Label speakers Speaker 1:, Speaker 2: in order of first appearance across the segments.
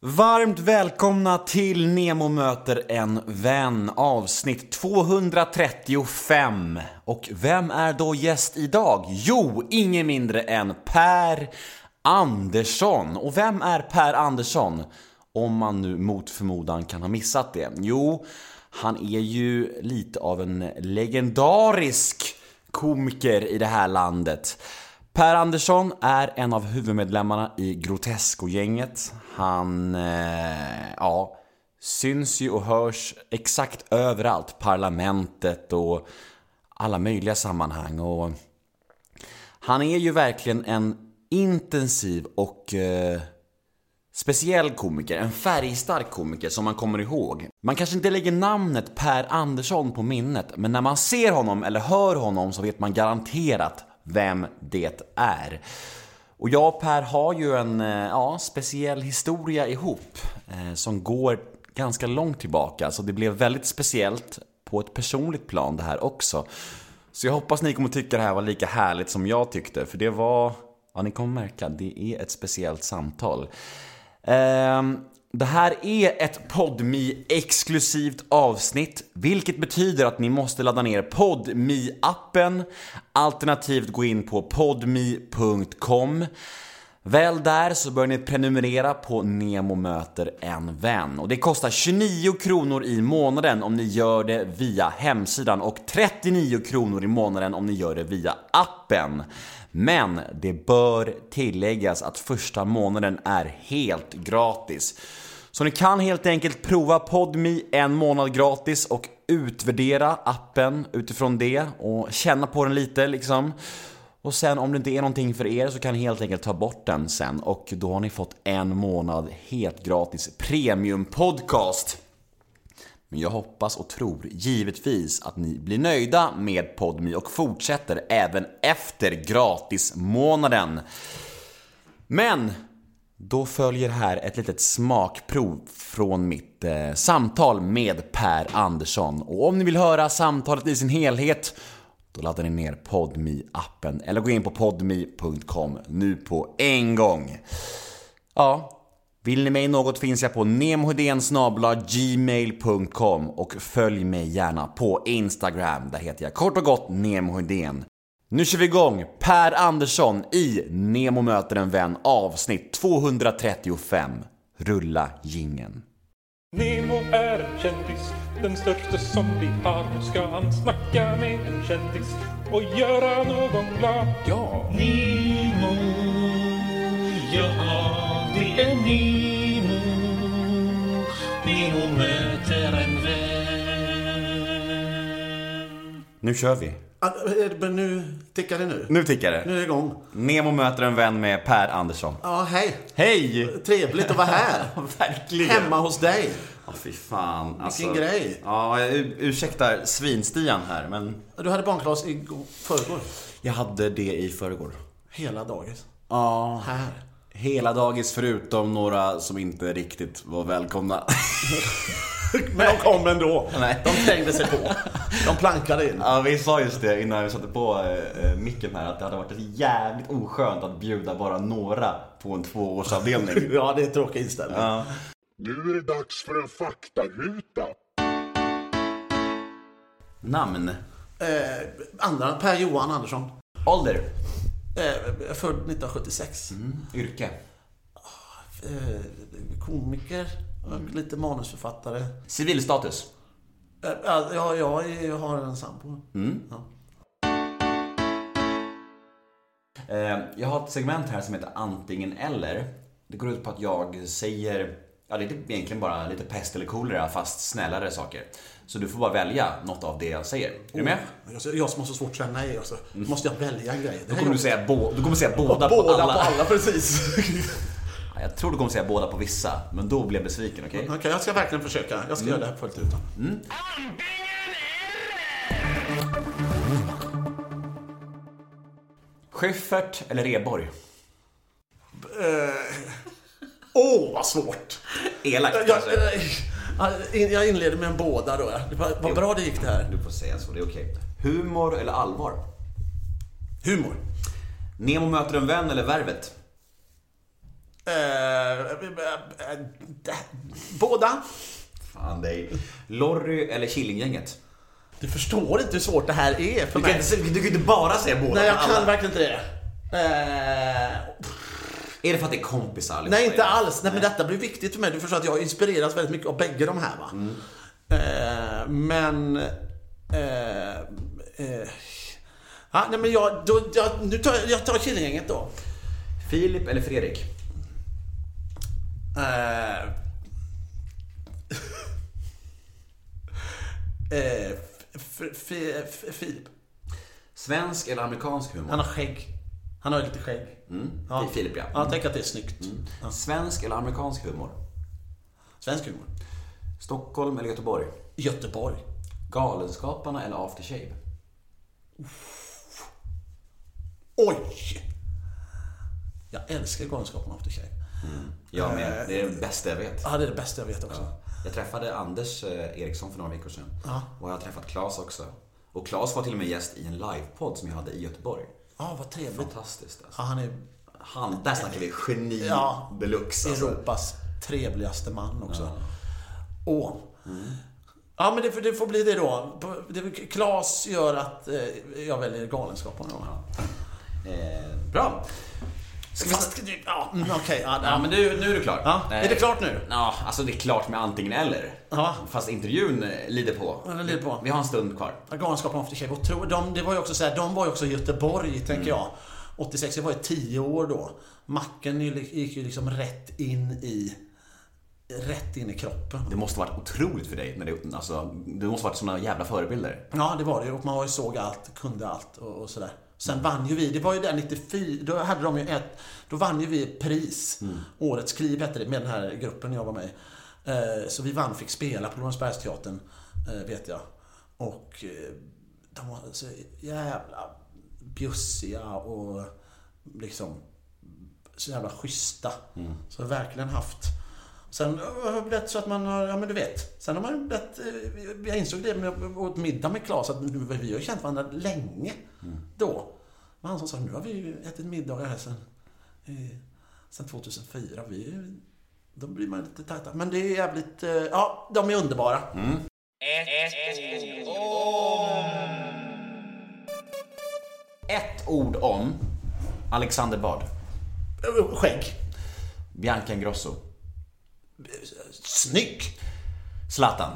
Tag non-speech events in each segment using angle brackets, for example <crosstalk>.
Speaker 1: Varmt välkomna till Nemo möter en vän avsnitt 235. Och vem är då gäst idag? Jo, ingen mindre än Per Andersson. Och vem är Per Andersson? Om man nu mot förmodan kan ha missat det. Jo, han är ju lite av en legendarisk komiker i det här landet. Per Andersson är en av huvudmedlemmarna i Grotesco-gänget. Han, eh, ja, syns ju och hörs exakt överallt. Parlamentet och alla möjliga sammanhang. Och han är ju verkligen en intensiv och eh, speciell komiker, en färgstark komiker som man kommer ihåg. Man kanske inte lägger namnet Per Andersson på minnet, men när man ser honom eller hör honom så vet man garanterat vem det är. Och jag och Per har ju en eh, ja, speciell historia ihop eh, som går ganska långt tillbaka, så det blev väldigt speciellt på ett personligt plan det här också. Så jag hoppas ni kommer tycka det här var lika härligt som jag tyckte, för det var... Ja, ni kommer märka, det är ett speciellt samtal. Ehm, det här är ett podmi exklusivt avsnitt, vilket betyder att ni måste ladda ner podmi appen alternativt gå in på podmi.com. Väl där så bör ni prenumerera på Nemo möter en vän och det kostar 29 kronor i månaden om ni gör det via hemsidan och 39 kronor i månaden om ni gör det via appen. Men det bör tilläggas att första månaden är helt gratis. Så ni kan helt enkelt prova PodMe en månad gratis och utvärdera appen utifrån det och känna på den lite liksom. Och sen om det inte är någonting för er så kan ni helt enkelt ta bort den sen och då har ni fått en månad helt gratis premium podcast. Men jag hoppas och tror givetvis att ni blir nöjda med PodMe och fortsätter även efter gratismånaden. Men då följer här ett litet smakprov från mitt eh, samtal med Per Andersson. Och om ni vill höra samtalet i sin helhet då laddar ni ner podmi appen eller gå in på podmi.com nu på en gång. Ja, vill ni mig något finns jag på gmail.com och följ mig gärna på Instagram. Där heter jag kort och gott nemohedén. Nu kör vi igång! Per Andersson i Nemo möter en vän avsnitt 235. Rulla gingen.
Speaker 2: Nemo är en kändis, den största som vi har. Nu ska han snacka med en kändis och göra någon glad. Ja!
Speaker 3: Nemo, ja det är Nemo Nemo möter en vän
Speaker 1: Nu kör vi!
Speaker 4: Ja, Ah, eh, Men nu tickar det nu.
Speaker 1: Nu tickar det!
Speaker 4: Nu är det igång.
Speaker 1: Nemo möter en vän med Per Andersson.
Speaker 4: Ja, hej.
Speaker 1: Hej!
Speaker 4: Trevligt att vara här.
Speaker 1: <laughs> Verkligen.
Speaker 4: Hemma hos dig.
Speaker 1: Ja, fy fan. Alltså,
Speaker 4: Vilken grej.
Speaker 1: Ja, u- ursäkta svinstian här, men
Speaker 4: Du hade barnkalas i förrgår.
Speaker 1: jag hade det i förrgår.
Speaker 4: Hela dagis.
Speaker 1: Ja,
Speaker 4: Här.
Speaker 1: hela dagis förutom några som inte riktigt var välkomna. <laughs>
Speaker 4: Men de kom ändå.
Speaker 1: Nej.
Speaker 4: De trängde sig på. <laughs> De plankade in.
Speaker 1: Ja, vi sa just det innan vi satte på eh, eh, micken här att det hade varit jävligt oskönt att bjuda bara några på en tvåårsavdelning.
Speaker 4: <laughs> Ja, det är en tråkig inställning.
Speaker 5: Nu är det dags för en faktaruta.
Speaker 1: Namn?
Speaker 4: Eh, andra, Per Johan Andersson.
Speaker 1: Ålder?
Speaker 4: Eh, född 1976.
Speaker 1: Yrke?
Speaker 4: Eh, komiker. och Lite manusförfattare.
Speaker 1: Civilstatus?
Speaker 4: Eh, ja, ja, jag, är- jag har en sambo.
Speaker 1: Mm.
Speaker 4: Ja.
Speaker 1: Eh, Jag har ett segment här som heter antingen eller. Det går ut på att jag säger, ja det är typ egentligen bara lite pest eller kolera fast snällare saker. Så du får bara välja något av det jag säger. Är du
Speaker 4: Oh.
Speaker 1: med?
Speaker 4: Jag, jag som har så svårt att säga nej. Alltså. Måste jag välja en grej?
Speaker 1: Då kommer du säga, bo, du kommer säga båda,
Speaker 4: båda, båda
Speaker 1: på alla.
Speaker 4: precis.
Speaker 1: Ja, Jag tror du kommer säga båda på vissa, men då blir jag besviken, okej?
Speaker 4: <laughs> Okej, jag ska verkligen försöka. Jag
Speaker 1: Mm.
Speaker 4: ska göra det här fullt ut.
Speaker 1: Schyffert eller Reborg?
Speaker 4: Åh, vad Eh, svårt!
Speaker 1: Elakt alltså.
Speaker 4: Jag,
Speaker 1: kanske?
Speaker 4: eh, eh, in- jag inleder med en båda då. ja. Det var, vad bra det gick det här.
Speaker 1: Du får säga så, det är okej. Humor eller allvar?
Speaker 4: Humor.
Speaker 1: Nemo möter en vän eller Värvet?
Speaker 4: Eh, eh, eh, eh, Båda.
Speaker 6: Fan dig. Lorry eller Killinggänget?
Speaker 4: Du förstår inte hur svårt det här är för
Speaker 1: Du kan
Speaker 4: mig.
Speaker 1: inte, du kan inte bara säga båda.
Speaker 4: Nej, jag
Speaker 1: alla.
Speaker 4: kan verkligen inte det. Eh,
Speaker 1: Är det för att det är kompisar? allihopa?
Speaker 4: Nej, inte alls. Nej, men detta blir viktigt för mig. Du förstår att jag inspireras väldigt mycket av bägge de här va.
Speaker 1: Mm.
Speaker 4: Eh, men... Eh, eh, ja, nej, men jag, då, jag, nu tar, jag- jag tar Killinggänget då.
Speaker 1: Filip eller Fredrik?
Speaker 4: Eh, <laughs> eh, f, f, f, Filip.
Speaker 1: Svensk eller amerikansk humor?
Speaker 4: Han har skägg. Han har lite skägg.
Speaker 1: Mm. Det är Filip, ja. Mm.
Speaker 4: Ja, tänk att det är snyggt. Ja.
Speaker 1: Svensk eller amerikansk humor?
Speaker 4: Svensk humor.
Speaker 1: Stockholm eller Göteborg?
Speaker 4: Göteborg.
Speaker 1: Galenskaparna eller aftershave?
Speaker 4: Oj! Jag älskar Galenskaparna och After Shave.
Speaker 1: Jag
Speaker 4: Eh.
Speaker 1: med. Det är det bästa jag vet.
Speaker 4: Ja, det är det bästa jag vet också.
Speaker 1: Jag träffade Anders eh, Eriksson för några veckor sedan. Och jag har träffat Claes också. Och Claes var till och med gäst i en livepodd som jag hade i Göteborg.
Speaker 4: Ja, vad trevligt.
Speaker 1: Fantastiskt alltså.
Speaker 4: Ja, han är
Speaker 1: Han, där snackar vi geni
Speaker 4: Ja.
Speaker 1: deluxe alltså.
Speaker 4: Europas trevligaste man också. Åh. Ja, men det, får- det får bli det då. På- det- Claes gör att eh, jag väljer Galenskaparna då.
Speaker 1: Eh, bra. Ska vi...
Speaker 4: Fast, det- ja, mm, okej. ja,
Speaker 1: Ja men
Speaker 4: men,
Speaker 1: du, nu är du klar.
Speaker 4: ja,
Speaker 1: Eh,
Speaker 4: är det klart nu?
Speaker 1: Ja, alltså det är klart med antingen eller.
Speaker 4: Ja.
Speaker 1: Fast intervjun eh, lider på.
Speaker 4: Ja, den lider på.
Speaker 1: Vi har en stund kvar.
Speaker 4: Ja, Galenskaparna och After Shave. Och tro, de, det var ju också så här, de var ju också i Göteborg, tänker jag. 86, jag var ju 10 år då. Macken ju li- gick ju liksom rätt in i... Rätt in i kroppen.
Speaker 1: Det måste varit otroligt för dig. När det, alltså, det måste varit såna jävla förebilder.
Speaker 4: Ja, det var det ju. Och man var ju såg allt, kunde allt och, och sådär. Sen vann ju vi, det var ju där 94, då hade de ju ett, då vann ju vi ett pris. Årets kliv hette det, med den här gruppen jag var med i. Eh, Så vi vann, fick spela på Lorensbergsteatern, eh, vet jag. Och eh, de var så jävla bjussiga och liksom så jävla schyssta.
Speaker 1: Mm.
Speaker 4: Så jag har verkligen haft. Sen eh, har det blivit så att man har, ja men du vet. Sen har man ju blivit, eh, jag insåg det när jag åt middag med Claes, att nu- vi har ju känt varandra länge
Speaker 1: Mm.
Speaker 4: då. Men han som sa, nu har vi ju ätit middagar här sen, eh, sen 2004. Vi, är ju- då blir man lite tajta. Men det är jävligt, eh, ja de är underbara.
Speaker 1: Mm. Ett ord om Alexander Bard.
Speaker 4: Eh, Skägg.
Speaker 1: Bianca Ingrosso.
Speaker 4: Snygg.
Speaker 1: Zlatan.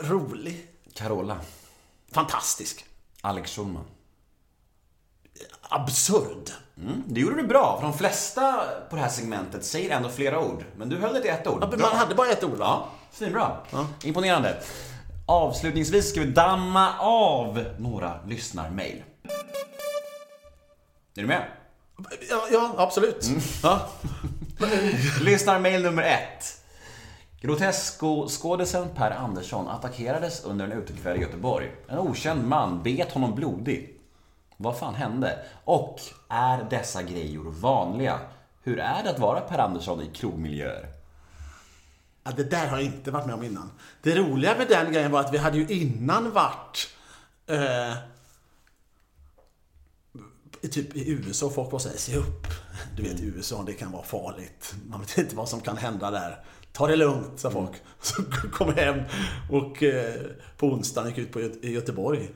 Speaker 4: Rolig.
Speaker 1: Carola.
Speaker 4: Fantastisk.
Speaker 1: Alex Schulman.
Speaker 4: Absurd.
Speaker 1: Mm, det gjorde du bra, för de flesta på det här segmentet säger ändå flera ord. Men du höll dig till ett ord.
Speaker 4: Ja, men
Speaker 1: Bra.
Speaker 4: Man hade bara ett ord va?
Speaker 1: Ja, svinbra. Imponerande. Avslutningsvis ska vi damma av några lyssnarmail. Är du med?
Speaker 4: Ja, ja absolut. Ja.
Speaker 1: <laughs> Lyssnarmail nummer ett. Grotesco-skådisen Per Andersson attackerades under en utekväll i Göteborg. En okänd man bet honom blodig. Vad fan hände? Och är dessa grejor vanliga? Hur är det att vara Per Andersson i krogmiljöer?
Speaker 4: Ja, det där har jag inte varit med om innan. Det roliga med den grejen var att vi hade ju innan varit eh, i typ i USA och folk var såhär, se upp. Du vet i USA, det kan vara farligt. Man vet inte vad som kan hända där. Ta det lugnt, sa folk. Så kom jag hem och eh, på onsdagen gick jag ut på, Gö- i Göteborg,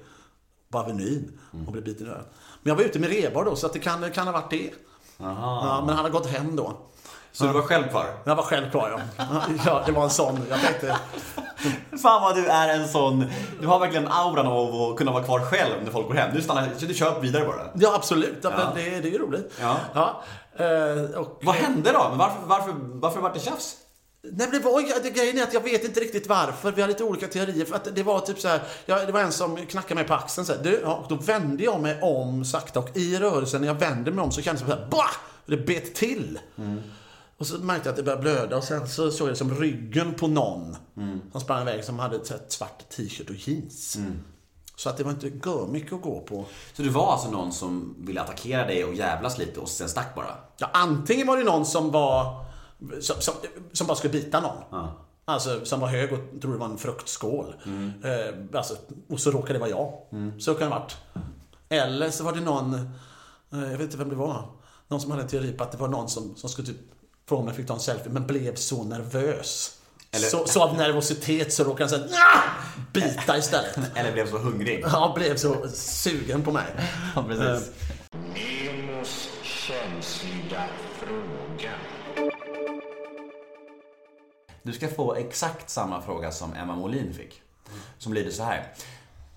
Speaker 4: på Avenyn, och blev biten i örat. Men jag var ute med Rebar då, så att det kan, kan ha varit det. Ja, men han har gått hem då.
Speaker 1: Så du var själv kvar?
Speaker 4: Jag var själv klar
Speaker 1: <laughs>
Speaker 4: ja. ja. Det var en sån. Jag tänkte,
Speaker 1: Fan vad du är en sån, du har verkligen auran av att kunna vara kvar själv när folk går hem. Du stannar, du kör vidare bara.
Speaker 4: ja absolut, ja. Men det, det är ju roligt.
Speaker 1: Ja.
Speaker 4: Eh, och,
Speaker 1: Vad hände då? Varför, varför, varför var det tjafs?
Speaker 4: nej, men det var, ju- det, grejen är att jag vet inte riktigt varför. Vi har lite olika teorier. För att det var typ så här, ja, det var en som knackade mig på axeln. Så här, du, ja, och då vände jag mig om sakta och i rörelsen när jag vände mig om så kändes det som så här, bah! Och det bet till.
Speaker 1: Mm.
Speaker 4: Och så märkte jag att det började blöda och sen så såg jag som ryggen på någon
Speaker 1: Mm.
Speaker 4: som sprang iväg som hade ett så här svart t-shirt och jeans. Så att det var inte gör mycket att gå på.
Speaker 1: Så det var alltså någon som ville attackera dig och jävlas lite och sen stack bara?
Speaker 4: Ja, antingen var det någon som var som, som, som bara skulle bita någon. Alltså som var hög och trodde det var en fruktskål. Eh, alltså, och så råkade det vara jag. Så kan det ha varit. Eller så var det någon, eh, jag vet inte vem det var, Någon som hade en teori på att det var någon som, som skulle typ fråga om jag fick ta en selfie, men blev så nervös. Så, så av nervositet så råkade han säga "Nja!" bita istället.
Speaker 1: Eller blev så hungrig.
Speaker 4: Han blev så sugen på mig.
Speaker 1: <laughs> Ja, precis.
Speaker 7: Nemos känsliga fråga.
Speaker 1: Du ska få exakt samma fråga som Emma Molin fick. Som lyder så här.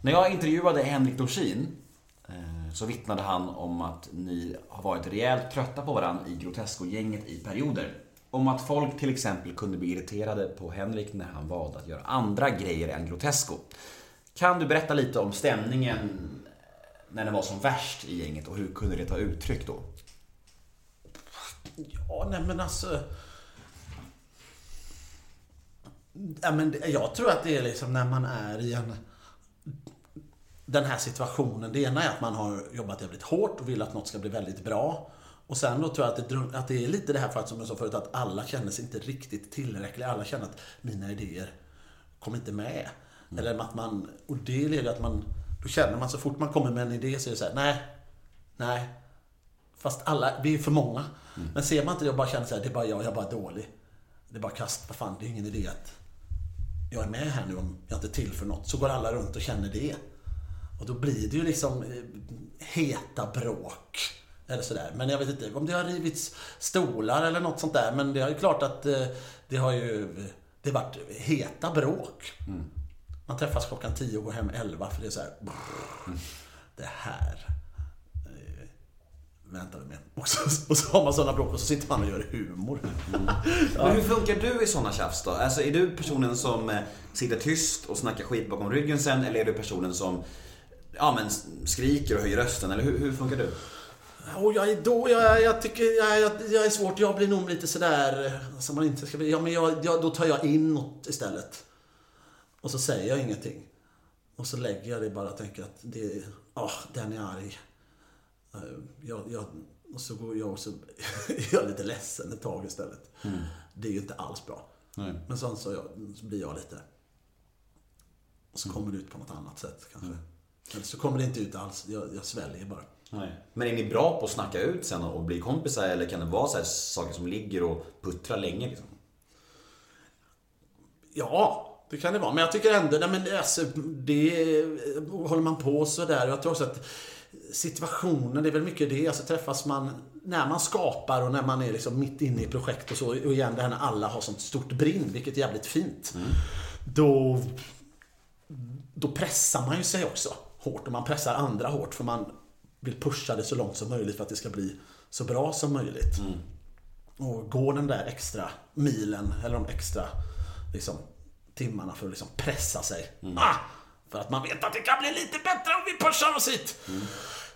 Speaker 1: När jag intervjuade Henrik Dorsin eh, så vittnade han om att ni har varit rejält trötta på varandra i Grotesco-gänget i perioder. Om att folk till exempel kunde bli irriterade på Henrik när han valde att göra andra grejer än Grotesco. Kan du berätta lite om stämningen när den var som värst i gänget och hur kunde det ta uttryck då?
Speaker 4: Ja, nej men alltså... Ja, men det- jag tror att det är liksom när man är i en... Den här situationen. Det ena är att man har jobbat jävligt hårt och vill att något ska bli väldigt bra. Och sen då tror jag att det, drum- att det är lite det här för att, som jag sa förut, att alla känner sig inte riktigt tillräckliga. Alla känner att mina idéer kom inte med. Eller att man... Och det leder att man... Då känner man så fort man kommer med en idé så är det så här, nej, nej, Fast alla, vi är för många. Men ser man inte det och bara känner så här, det är bara jag, jag är bara dålig. Det är bara kast, vad fan, det är ingen idé att jag är med här nu om jag inte tillför något. Så går alla runt och känner det. Och då blir det ju liksom eh, heta bråk. Eller sådär. Men jag vet inte om det har rivits stolar eller något sånt där. Men det är ju klart att eh, det har ju det har varit heta bråk. Man träffas klockan 10 och går hem 11 för det är så här. Det här väntar vi med. Och så, och så har man sådana bråk och så sitter man och gör humor.
Speaker 1: Men hur funkar du i sådana tjafs då? Alltså är du personen som eh, sitter tyst och snackar skit bakom ryggen sen eller är du personen som ja, men s- skriker och höjer rösten? Eller hur, hur funkar du?
Speaker 4: Och jag är då, jag, jag tycker, jag, jag, jag är svårt, jag blir nog lite sådär, som man inte ska bli. Ja men jag, jag, då tar jag in något istället. Och så säger jag ingenting. Och så lägger jag det bara och tänker att det, är- ah, den är arg. Eh, Jag, jag, och så går jag och så <laughs> är jag lite ledsen ett tag istället. Det är ju inte alls bra. Men sen så, jag, så blir jag lite... Och så kommer det ut på något annat sätt kanske. Eller så kommer det inte ut alls. Jag, jag sväljer bara.
Speaker 1: Nej. Men är ni bra på att snacka ut sen och bli kompisar eller kan det vara så här saker som ligger och puttrar länge? Liksom?
Speaker 4: Ja, det kan det vara. Men jag tycker ändå, nej men alltså, det håller man på sådär. Jag tror också att situationen, det är väl mycket det. Alltså träffas man när man skapar och när man är liksom mitt inne i projekt och så. Och igen det här när alla har sånt stort brinn, vilket är jävligt fint. Då, då pressar man ju sig också hårt och man pressar andra hårt för man vill pusha det så långt som möjligt för att det ska bli så bra som möjligt. Och gå den där extra milen eller de extra liksom, timmarna för att liksom pressa sig. Ah! För att man vet att det kan bli lite bättre om vi pushar oss hit.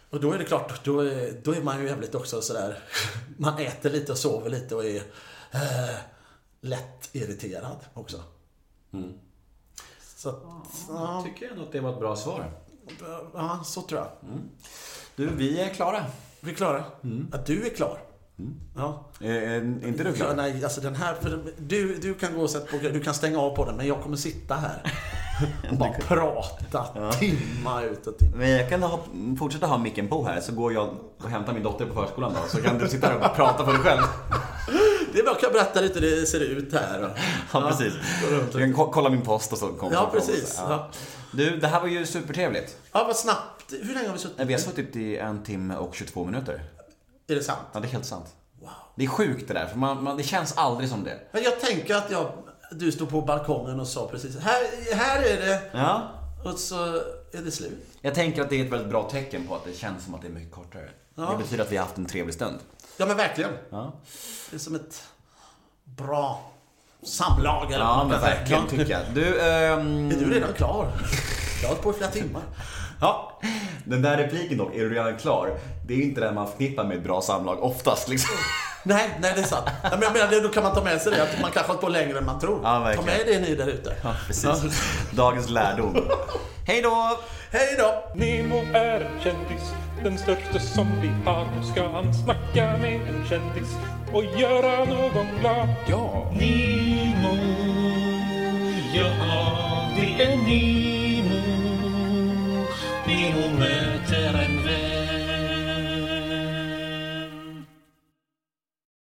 Speaker 4: Och då är det klart, då är, då är man ju jävligt också sådär. <laughs> Man äter lite och sover lite och är eh, lätt irriterad också. Så, att, ja,
Speaker 1: Tycker ändå att det var ett bra svar.
Speaker 4: ja, så tror jag.
Speaker 1: Du, vi är klara.
Speaker 4: Vi är klara. Att du är klar. Ja.
Speaker 1: Eh, inte du
Speaker 4: Ja, nej, alltså den här, för du, du kan gå och sätta på Du kan stänga av på den, men jag kommer sitta här
Speaker 1: <laughs>
Speaker 4: och bara prata timma ut och timma.
Speaker 1: Men jag kan ha, fortsätta ha micken på här så går jag och hämtar min dotter på förskolan då så kan du sitta här och <laughs> prata för dig själv.
Speaker 4: Det är bara att jag berätta lite hur det ser ut här.
Speaker 1: <laughs> Ja, precis. Jag kan ko- kolla min post och så kommer
Speaker 4: Ja, precis. Ja.
Speaker 1: Du, det här var ju supertrevligt.
Speaker 4: ja, vad snabbt. Hur länge har vi suttit?
Speaker 1: Vi har suttit i en timme och 22 minuter.
Speaker 4: Är det sant?
Speaker 1: Ja, det är helt sant.
Speaker 4: Wow.
Speaker 1: Det är sjukt det där, för man, man, det känns aldrig som det.
Speaker 4: Men jag tänker att jag, du stod på balkongen och sa precis här, här är det
Speaker 1: Ja.
Speaker 4: och så är det slut.
Speaker 1: Jag tänker att det är ett väldigt bra tecken på att det känns som att det är mycket kortare. Det betyder att vi har haft en trevlig stund.
Speaker 4: Ja, men verkligen.
Speaker 1: Ja.
Speaker 4: Det är som ett bra samlag. Eller vad
Speaker 1: Ja,
Speaker 4: man
Speaker 1: men
Speaker 4: kan säga.
Speaker 1: verkligen tycker jag. Du, ehm,
Speaker 4: <laughs> Är du redan klar? Jag har hållit på i flera timmar.
Speaker 1: ja. Den där repliken dock, är du redan klar? Det är ju inte den man förknippar med ett bra samlag oftast liksom.
Speaker 4: Nej, nej det är sant. Nej, men jag menar, det- då kan man ta med sig det. Att man kanske har hållit på längre än man tror.
Speaker 1: Ja,
Speaker 4: ta
Speaker 1: verkligen.
Speaker 4: med det ni där ute.
Speaker 1: Precis. <laughs> Dagens lärdom. Hej då!
Speaker 4: Hej då!
Speaker 2: Nemo är en kändis, den största som vi har. Nu ska han snacka med en kändis och göra någon glad.
Speaker 3: Nemo, ja det är Nemo